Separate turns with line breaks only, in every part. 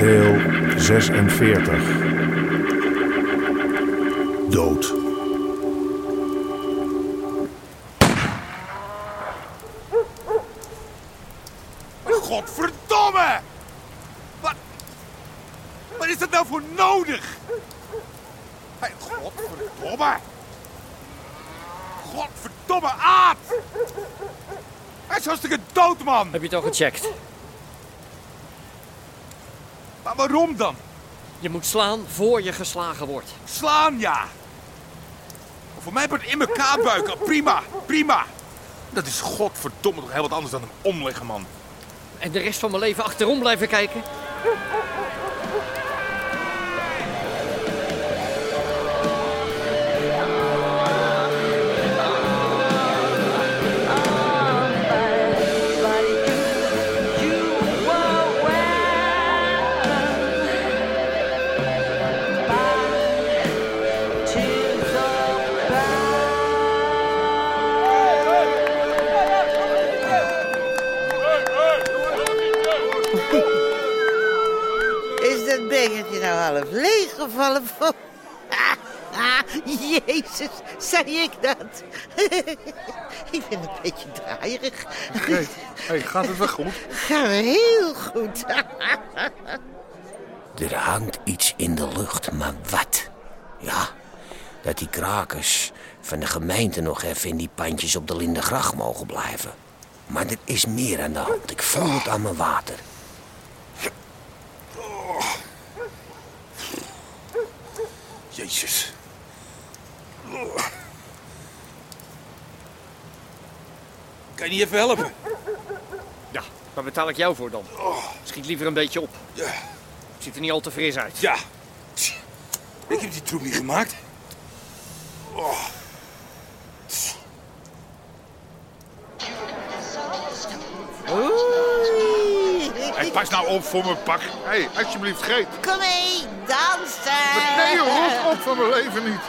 Deel 46. Dood.
Godverdomme! Wat... Wat is dat nou voor nodig? Hey, godverdomme! Godverdomme, Aad! Hij is hartstikke dood, man!
Heb je het al gecheckt?
Maar waarom dan?
Je moet slaan voor je geslagen wordt.
Slaan, ja! Voor mij wordt in elkaar buiken, prima, prima! Dat is godverdomme toch heel wat anders dan hem omleggen, man.
En de rest van mijn leven achterom blijven kijken.
Is dat bekertje nou half leeggevallen? Van... Jezus, zei ik dat? ik ben een beetje draaierig.
Hey, hey, gaat het wel goed?
Gaan we heel goed.
Er hangt iets in de lucht, maar wat? Ja, dat die krakers van de gemeente nog even in die pandjes op de Lindegracht mogen blijven. Maar er is meer aan de hand. Ik voel het aan mijn water.
Jezus. Kan je niet even helpen?
Ja, waar betaal ik jou voor dan? Schiet liever een beetje op.
Ja.
Ziet er niet al te fris uit.
Ja. Tch. Ik heb die troep niet gemaakt. Oh. Tch.
Oei.
Hey, pas nou op voor mijn pak. Hé, hey, alsjeblieft, geet.
Kom mee, dansen.
Nee, rot op van mijn leven niet.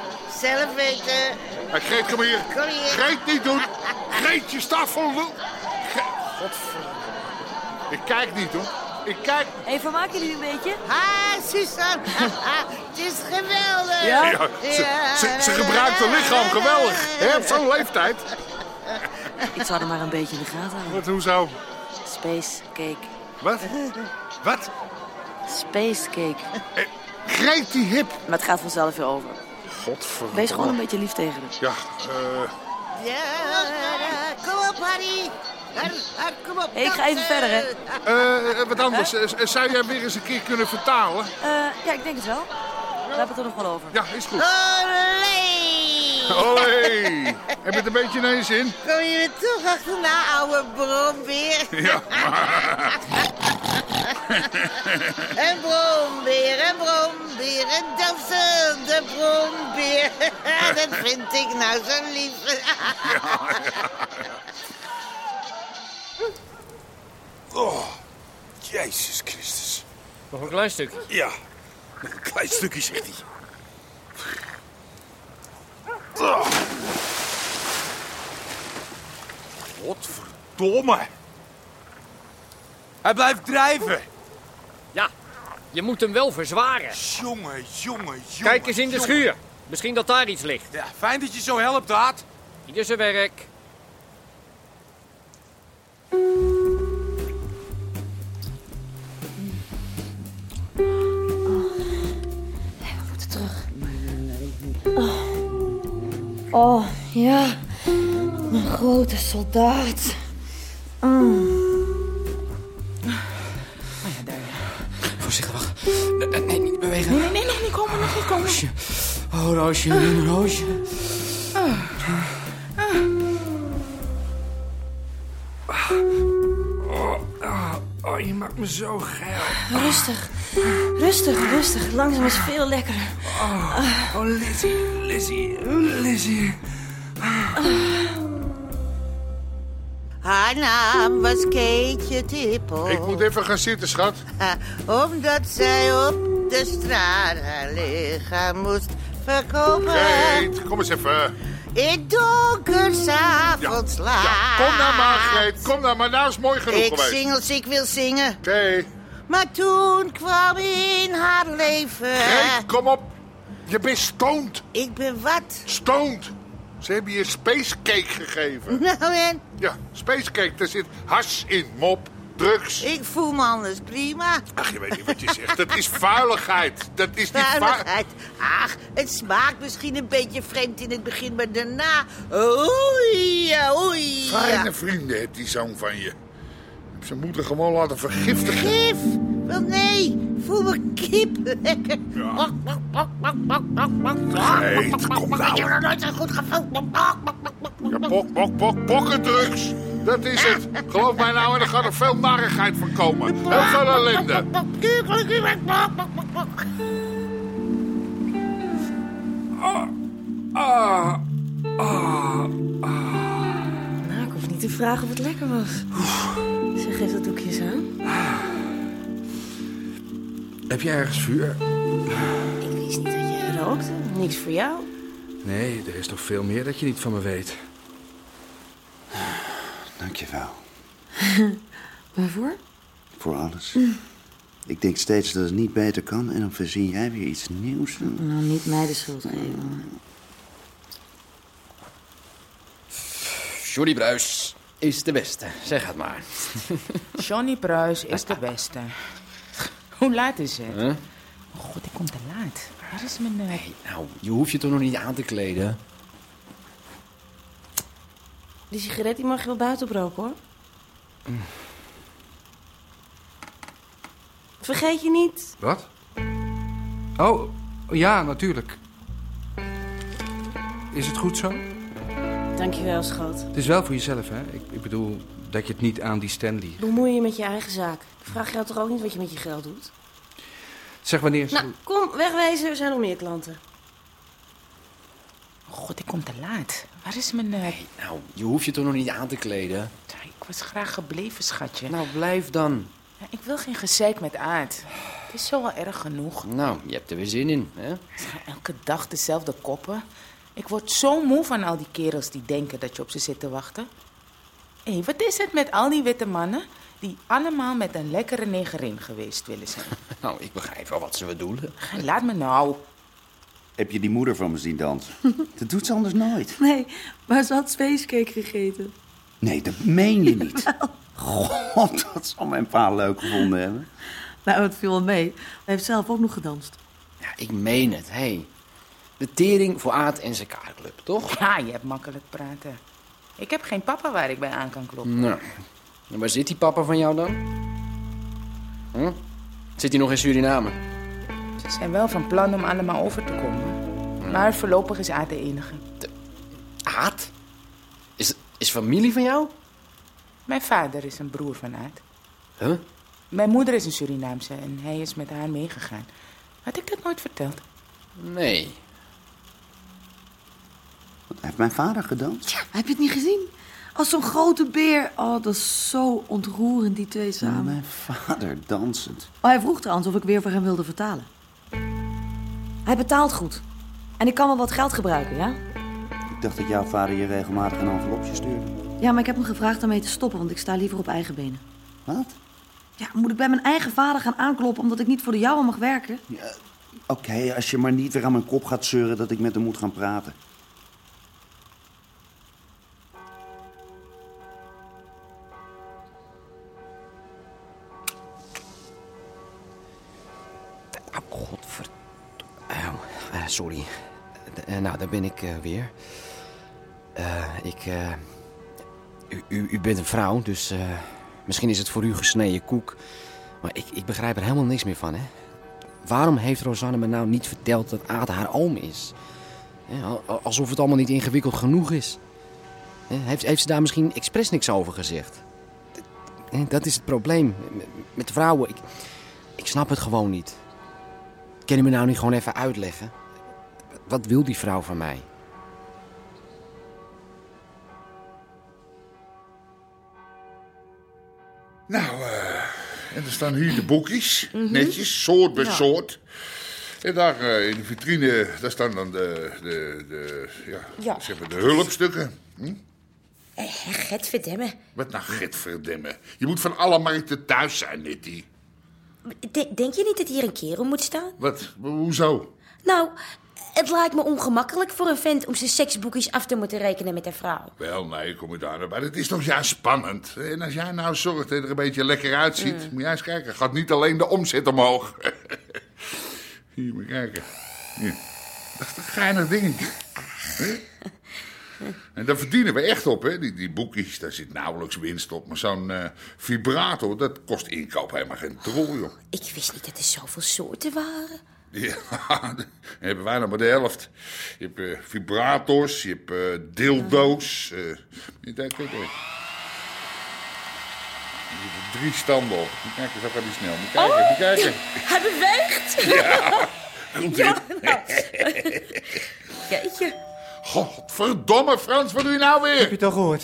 Zelf weten.
Hey, Greet, kom hier.
Kom hier.
Greet, niet doen. Greet, je staat vol loe. Ik kijk niet, hoor. Ik kijk...
Hé, hey, vermaken jullie een beetje?
Ha, Ah, Suzanne. Ah, Het is geweldig.
Ja?
Ja, ze, ze, ze gebruikt haar lichaam geweldig. Hè, op zo'n leeftijd.
Ik zou er maar een beetje in de gaten houden.
Wat, hoezo?
Space cake.
Wat? Wat?
Space cake.
Greet die hip.
Maar het gaat vanzelf weer over.
Godverdomme.
Wees gewoon een beetje lief tegen hem.
Ja, eh...
Ja, kom op, Harry. Har, Har, kom op.
Ik ga even
dansen.
verder, hè.
eh, eh, wat anders. Eh, eh, Zou jij weer eens een keer kunnen vertalen?
Eh, ja, ik denk het wel. We hebben het er nog wel over.
Ja, is goed.
Olé!
Olé! Heb je het een beetje ineens in?
Kom je er toch achterna, oude brombeer?
Ja.
Een brombeer, een brombeer, een dansende brombeer. Dat vind ik nou zo lief.
Oh, Jezus Christus.
Nog een klein stukje.
Ja, nog een klein stukje, zegt hij. Godverdomme. Hij blijft drijven.
Ja, je moet hem wel verzwaren.
Jongen, jongen, jongen.
Kijk eens in de
jongen.
schuur. Misschien dat daar iets ligt.
Ja, fijn dat je zo helpt, Daad.
Ieder zijn werk.
Oh, ja. Een grote soldaat.
Voorzichtig, wacht. Nee, niet bewegen.
Nee, nee, nog niet komen, nog niet komen.
Oh,
Oh, Roosje, Lien, Roosje. Oh, oh, oh, je maakt me zo geil.
Rustig. Rustig, rustig. Langzaam is veel lekkerder.
Oh, oh Lizzie, Lizzie, Lizzie.
Haar naam was Keetje Tippel.
Ik moet even gaan zitten, schat.
Eh, Omdat zij op de straat haar lichaam moest verkopen.
Greet, kom eens even.
In donkersavonds laat.
Kom nou maar, Greet. Kom nou maar. Nou is mooi genoeg
ik
geweest.
zing als ik wil zingen.
Oké.
Maar toen kwam in haar leven.
Greet, kom op. Je bent stoned.
Ik ben wat?
Stoned. Ze hebben je spacecake gegeven.
Nou en,
Ja, spacecake. Daar zit hash in, mop. Drugs.
ik voel me anders prima.
Ach, je weet niet wat je zegt. Dat is vuiligheid. Dat is niet vuil.
Vuiligheid. Ach, het smaakt misschien een beetje vreemd in het begin, maar daarna... Oei, ja, oei. ja.
Fijne vrienden heeft die zoon van je. Ik heb Zijn moeder gewoon laten vergiftigen.
Gif? Wel nee, voel me kip. Lekker. Bak, bak, bak, bak, bak, bak, bak, bak.
Nee, kom
Ik heb
nou.
nog nooit zo goed gevoeld. Bak, bak, bak, bak, bak, bak,
Ja,
bak.
bok, bok, bok, bokkendrugs. Dat is het. Geloof mij nou, en er gaat er veel narigheid van komen. Heel veel ellende.
Bak, kukelijk, kukelijk, bak, bak, bak, bak.
Nou, ik hoef niet te vragen of het lekker was. Ze geeft dat doekje eens aan.
Heb jij ergens vuur?
Ik wist niet dat je rookte. Niks voor jou.
Nee, er is nog veel meer dat je niet van me weet.
Dankjewel
Waarvoor? Mm.
voor alles. Ik denk steeds dat het niet beter kan en dan verzin jij weer iets nieuws.
Nou, niet mij de schuld geven.
Johnny Bruis is de beste, zeg het maar.
Johnny Pruis is de beste. Hoe laat is het? Oh god, ik kom te laat. Waar is mijn... eh,
Nou, je hoeft je toch nog niet aan te kleden?
Die sigaret die mag je wel buiten op roken, hoor. Vergeet je niet.
Wat? Oh, oh, ja, natuurlijk. Is het goed zo?
Dankjewel, schat.
Het is wel voor jezelf, hè? Ik, ik bedoel, dat je het niet aan die Stanley...
Bemoei je met je eigen zaak. Ik vraag jou toch ook niet wat je met je geld doet?
Zeg wanneer is
Nou, kom, wegwezen. Er zijn nog meer klanten.
Oh god, ik kom te laat. Waar is mijn... eh,
Nou, je hoeft je toch nog niet aan te kleden?
Ik was graag gebleven, schatje.
Nou, blijf dan.
Ja, Ik wil geen gezeik met Aard. Het is zo wel erg genoeg.
Nou, je hebt er weer zin in, hè?
Elke dag dezelfde koppen. Ik word zo moe van al die kerels die denken dat je op ze zit te wachten. Hé, wat is het met al die witte mannen die allemaal met een lekkere negerin geweest willen zijn?
Nou, ik begrijp wel wat ze bedoelen.
Laat me nou.
Heb je die moeder van me zien dansen? Dat doet ze anders nooit.
Nee, maar ze had spacecake gegeten.
Nee, dat meen je niet. God, dat zal mijn pa leuk gevonden hebben.
Nou, het viel wel mee. Hij heeft zelf ook nog gedanst.
Ja, ik meen het, hé. De tering voor Aad en zijn kaartclub, toch?
Ja, je hebt makkelijk praten. Ik heb geen papa waar ik bij aan kan kloppen.
Nou, en waar zit die papa van jou dan? Hm? Zit hij nog in Suriname?
Ze zijn wel van plan om allemaal over te komen. Maar voorlopig is Aad de enige.
Aad? Is, is familie van jou?
Mijn vader is een broer van Aad.
Huh?
Mijn moeder is een Surinaamse en hij is met haar meegegaan. Had ik dat nooit verteld?
Nee.
Heeft mijn vader gedanst?
Heb je het niet gezien? Als zo'n grote beer. Oh, dat is zo ontroerend, die twee samen.
Mijn vader dansend.
Oh, hij vroeg trouwens of ik weer voor hem wilde vertalen.
Hij betaalt goed. En ik kan wel wat geld gebruiken, ja?
Ik dacht dat jouw vader je regelmatig een envelopje stuurde.
Ja, maar ik heb hem gevraagd daarmee te stoppen, want ik sta liever op eigen benen.
Wat?
Ja, moet ik bij mijn eigen vader gaan aankloppen omdat ik niet voor de jouwe mag werken?
Ja, Oké, als je maar niet weer aan mijn kop gaat zeuren dat ik met hem moet gaan praten.
Godverd... Auw, eh, sorry. D- eh, nou, daar ben ik eh, weer. Eh, ik... eh, u, u, u bent een vrouw, dus eh, misschien is het voor u gesneden koek. Maar ik, ik begrijp er helemaal niks meer van, hè? Waarom heeft Rosanne me nou niet verteld dat Aad haar oom is? Hè, al- Alsof het allemaal niet ingewikkeld genoeg is. Hè, Heeft, heeft ze daar misschien expres niks over gezegd? D- hè, Dat is het probleem. M- Met vrouwen, ik, ik snap het gewoon niet. Kan je me nou niet gewoon even uitleggen? Wat wil die vrouw van mij?
Nou, eh, en er staan hier de boekjes, netjes, soort bij
Mhm. Ja.
soort. En daar eh, in de vitrine, daar staan dan de, de, de, ja,
Ja.
Zeg maar de hulpstukken.
Getverdemme.
Wat nou, Gertverdemme. Je moet van alle markten thuis zijn, Nitty.
De- denk je niet dat hier een kerel moet staan?
Wat? Ho- Hoezo?
Nou, het lijkt me ongemakkelijk voor een vent om zijn seksboekjes af te moeten rekenen met een vrouw.
Wel, nee, kom je daar nou bij. Het is toch juist spannend. En als jij nou zorgt dat je er een beetje lekker uitziet, moet jij eens kijken. Gaat niet alleen de omzet omhoog. Hier, moet je kijken. Hier. Dat is een geinig dingetje. Hè? En daar verdienen we echt op, hè? Die, die boekjes, daar zit nauwelijks winst op. Maar zo'n eh, vibrator, dat kost inkoop helemaal geen drol, joh.
Ik wist niet dat er zoveel soorten waren.
Ja, dan hebben wij nog maar de helft. Je hebt eh, vibrators, je hebt eh, dildo's. eh, je denkt, kijk, kijk. Er zitten drie standen op. Moet Kijken, zo gaat die snel. Moet kijken, moet
Oh!
kijken.
Hij beweegt!
Ja, goed
Ja,
dit.
Jeetje.
Godverdomme Frans, wat doe je nou weer?
Heb je het al gehoord?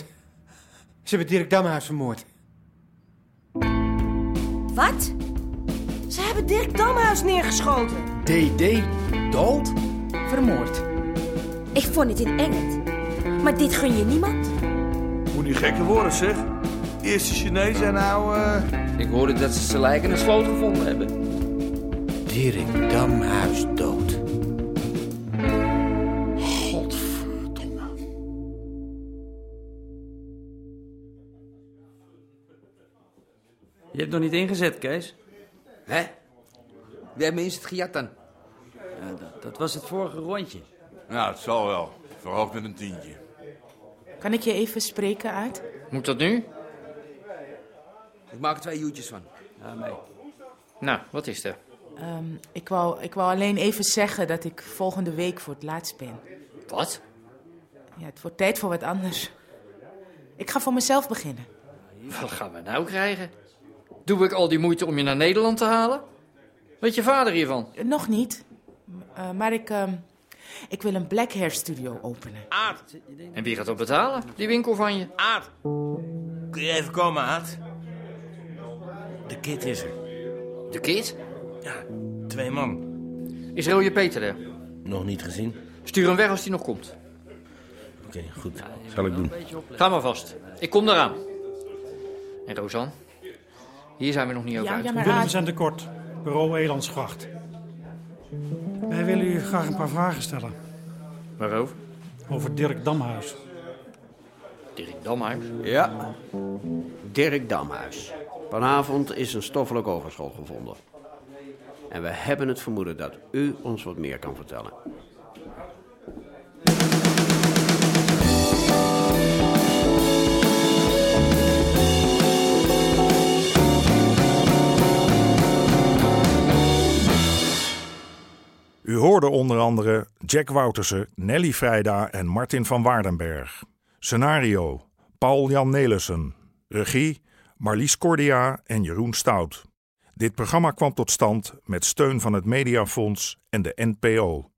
Ze hebben Dirk Damhuis vermoord.
Wat? Ze hebben Dirk Damhuis neergeschoten.
DD? Dood?
Vermoord. Ik vond het in Engeland. Maar dit gun je niemand.
Moet niet gekker worden, zeg. Eerst de Chinezen en nou... Ik hoorde dat ze zijn lijken in de sloot gevonden hebben.
Dirk Damhuis dood.
Je hebt nog niet ingezet, Kees.
Hè? We hebben eens het gejat dan.
Ja, dat, dat was het vorige rondje.
Ja, het zal wel. Verhoogd met een tientje.
Kan ik je even spreken uit?
Moet dat nu? Ik maak er twee uurtjes van. Ja, mee.
Nou, wat is er?
Ehm, ik, wou, ik wou alleen even zeggen dat ik volgende week voor het laatst ben.
Wat?
Ja, het wordt tijd voor wat anders. Ik ga voor mezelf beginnen.
Wat gaan we nou krijgen? Doe ik al die moeite om je naar Nederland te halen? Weet je vader hiervan?
Eh, Nog niet, m- eh, maar ik, ehm, ik wil een black hair studio openen.
Aard. En wie gaat dat betalen? Die winkel van je. Aard.
Kun je even komen, Aad? De kid is er.
De kid?
Ja, twee man.
Is Roje Peter er?
Nog niet gezien?
Stuur hem weg als hij nog komt.
Oké, goed. Zal ik doen.
Ga maar vast. Ik kom eraan. En Rosanne? Hier zijn we nog niet over uit.
Willem zijn de Kort, bureau Elandsgracht. Wij willen u graag een paar vragen stellen
Waarover?
over Dirk Damhuis.
Dirk Damhuis.
Ja.
Dirk Damhuis. Vanavond is een stoffelijk overschot gevonden. En we hebben het vermoeden dat u ons wat meer kan vertellen.
U hoorde onder andere Jack Woutersen, Nelly Vrijda en Martin van Waardenberg. Scenario: Paul-Jan Nelissen. Regie: Marlies Cordia en Jeroen Stout. Dit programma kwam tot stand met steun van het Mediafonds en de NPO.